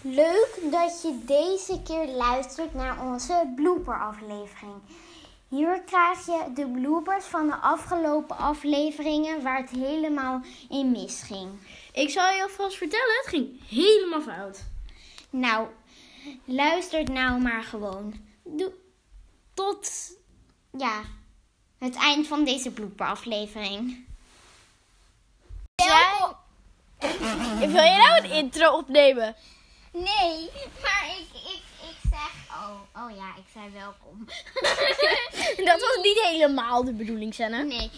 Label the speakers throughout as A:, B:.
A: Leuk dat je deze keer luistert naar onze blooperaflevering. Hier krijg je de bloopers van de afgelopen afleveringen waar het helemaal in misging.
B: Ik zal je alvast vertellen, het ging helemaal fout.
A: Nou, luister het nou maar gewoon. Doe
B: Tot.
A: ja, het eind van deze blooperaflevering. Jij?
B: Wil je nou een intro opnemen?
A: Nee, maar ik, ik, ik zeg. Oh, oh ja, ik zei welkom.
B: Dat was niet helemaal de bedoeling, Sanne.
A: Nee,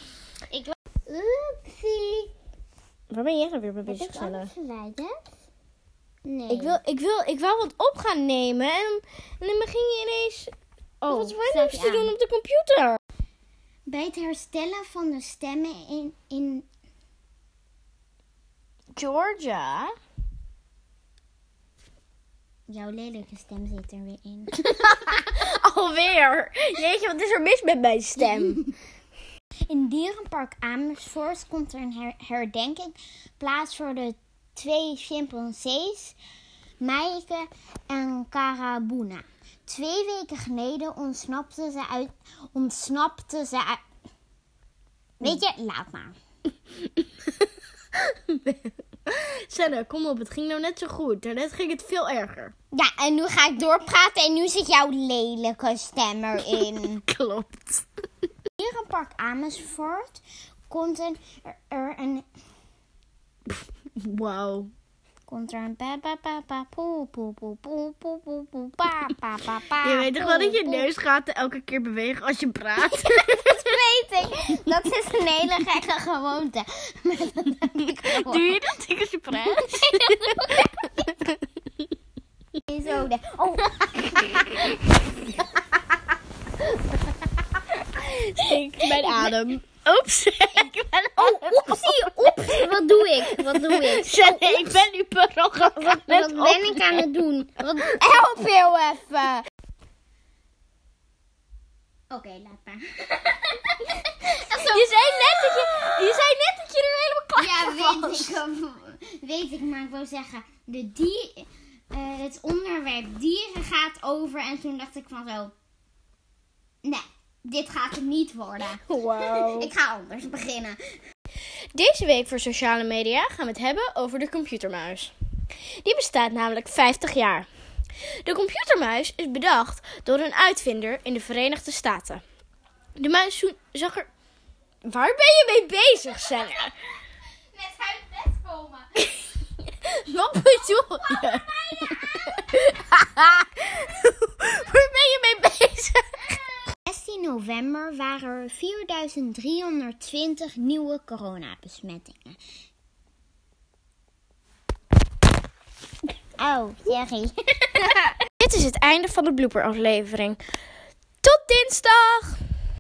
A: ik. Oepsie.
B: Waar ben jij nou weer
A: Heb
B: mee bezig,
A: ik eh,
B: Sanne?
A: alles verwijderd? Nee.
B: Ik wil, ik wil, ik wou wat op gaan nemen en, en dan ging je ineens
A: Oh,
B: wat
A: staat
B: wijnlijks
A: hij
B: te
A: aan.
B: doen op de computer.
A: Bij het herstellen van de stemmen in, in
B: Georgia?
A: jouw lelijke stem zit er weer in.
B: Alweer. Jeetje, wat is er mis met mijn stem?
A: In Dierenpark Amersfoort komt er een her- herdenking plaats voor de twee chimpansees, Maaike en Karabuna. Twee weken geleden ontsnapten ze uit. Ontsnapten ze uit. Weet je, laat maar.
B: Sanne, kom op, het ging nou net zo goed. Daarnet ging het veel erger.
A: Ja, en nu ga ik doorpraten en nu zit jouw lelijke stem erin.
B: Klopt.
A: Dierenpark Amersfoort komt een, er een,
B: Wauw.
A: komt er een pa pa pa pa poe poe poe poe poe poe poe pa pa pa pa.
B: Je weet toch wel dat je
A: poe,
B: neusgaten elke keer bewegen als je praat?
A: poe. weet ik. Dat is een hele gekke gewoonte. Maar dat heb ik
B: Doe je dat ik als je praat?
A: gewoon zo. de- Oh,
B: Ik, mijn adem. Oeps. Ik ben,
A: oh, oepsie, oeps. Wat doe ik? Wat doe ik?
B: Sanne, ik ben nu per ongeluk aan
A: Wat
B: het
A: ben ik aan het doen? Wat... Help heel even. Oké, laat maar.
B: Je zei net dat je, je, zei net dat je er helemaal klaar
A: Ja,
B: voor
A: weet
B: was.
A: ik, eh, weet ik, maar ik wil zeggen, de die, eh, het onderwerp dieren gaat over. En toen dacht ik van zo, nee, dit gaat het niet worden. Ik ga anders beginnen.
B: Deze week voor sociale media gaan we het hebben over de computermuis. Die bestaat namelijk 50 jaar. De computermuis is bedacht door een uitvinder in de Verenigde Staten. De muis zo- zag er. Waar ben je mee bezig, Senna?
A: Met uit bed komen.
B: Wat bedoel je? Waar ben je mee bezig?
A: 16 november waren er 4320 nieuwe coronabesmettingen. Oh, sorry.
B: Dit is het einde van de blooperaflevering. Tot dinsdag!